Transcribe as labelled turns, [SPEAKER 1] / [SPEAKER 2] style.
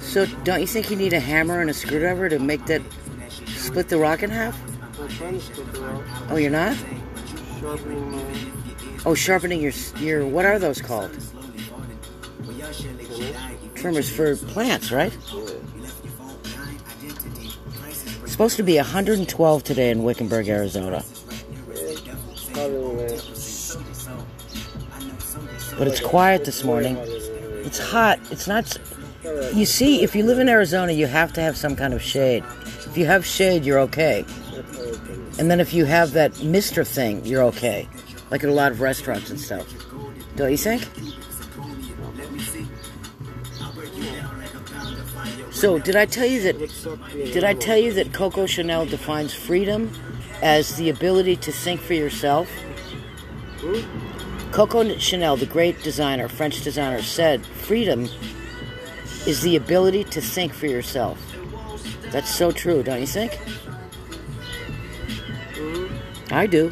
[SPEAKER 1] So don't you think you need a hammer and a screwdriver to make that split the rock in half?
[SPEAKER 2] I'm trying to split the rock,
[SPEAKER 1] Oh, you're not?
[SPEAKER 2] sharpening my
[SPEAKER 1] Oh, sharpening your your what are those called? Trimmers for plants, right? It's supposed to be 112 today in Wickenburg, Arizona,
[SPEAKER 2] probably there.
[SPEAKER 1] but it's quiet this morning. It's hot. It's not. s- You see, if you live in Arizona, you have to have some kind of shade. If you have shade, you're okay. And then if you have that mister thing, you're okay. Like at a lot of restaurants and stuff. Don't you think? So, did I tell you that Did I tell you that Coco Chanel defines freedom as the ability to think for yourself? Coco Chanel, the great designer, French designer, said freedom is the ability to think for yourself. That's so true, don't you think? I do.